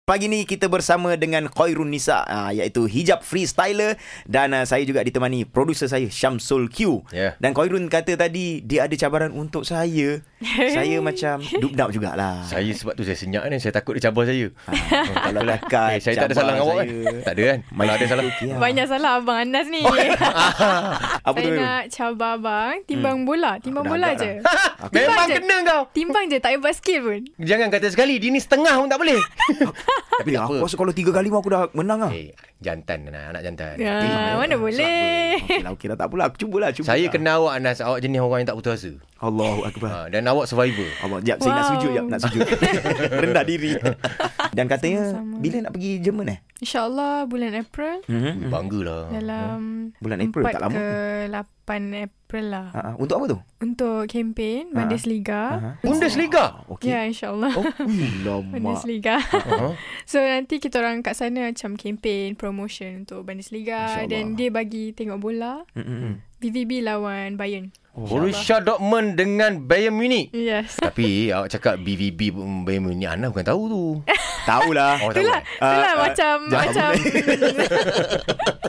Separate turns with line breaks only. Pagi ni kita bersama dengan Khairun Nisa uh, iaitu hijab freestyler dan uh, saya juga ditemani producer saya Syamsul Q.
Ya.
Dan Khairun kata tadi dia ada cabaran untuk saya. saya macam dubdap jugalah.
Saya sebab tu saya senyap kan Saya takut dia cabar saya
Kalau dekat
eh, Saya tak
Ah,
ada
cabar
salah dengan awak kan
saya.
Tak ada kan Kalau ada salah
Ya.
Banyak salah abang Anas ni.
Apa
Saya
tu?
nak cabar abang
Hmm.
timbang bola, timbang
Aku dah
bola
agak
je.
Memang
je.
kena kau
Timbang je tak payah buat skill pun.
Jangan kata sekali Dia ni setengah pun tak boleh
Tapi aku rasa kalau tiga kali pun aku dah menang lah.
Eh jantan anak, anak jantan Eh,
Ya, mana boleh.
Okey lah, okey lah. Tak apalah. Aku cubalah. Cuba
Saya
lah.
kenal awak Anas Awak jenis orang yang tak putus asa
Allahu Akbar.
ha, Dan awak survivor
Allah, jap saya nak
Wow.
sujud jap, nak sujud. Rendah diri. Dan katanya bila nak pergi Jerman eh?
InsyaAllah bulan April.
Ui,
Hmm.
Banggalah
Ya lah. Dalam
Oh, ya. Bulan April, tak lama.
ke 8 April lah.
Ha, ha. untuk apa tu?
Untuk kempen Bundesliga.
Bundesliga
Okey.
Ya, insyaAllah.
Ah. Oh, Ah. ui, lama.
Bundesliga.
uh-huh.
So nanti kita orang kat sana macam campaign promotion untuk Bundesliga
InsyaAllah.
dan dia bagi tengok bola VVB lawan Bayern.
Borussia Dortmund dengan Bayern Munich
Yes.
Tapi awak cakap BVB pun Bayern Munich Anas bukan tahu tu
Tahu lah.
Awak tahu
Itulah,
kan?
itulah
Ah, ah,
macam
jangan
macam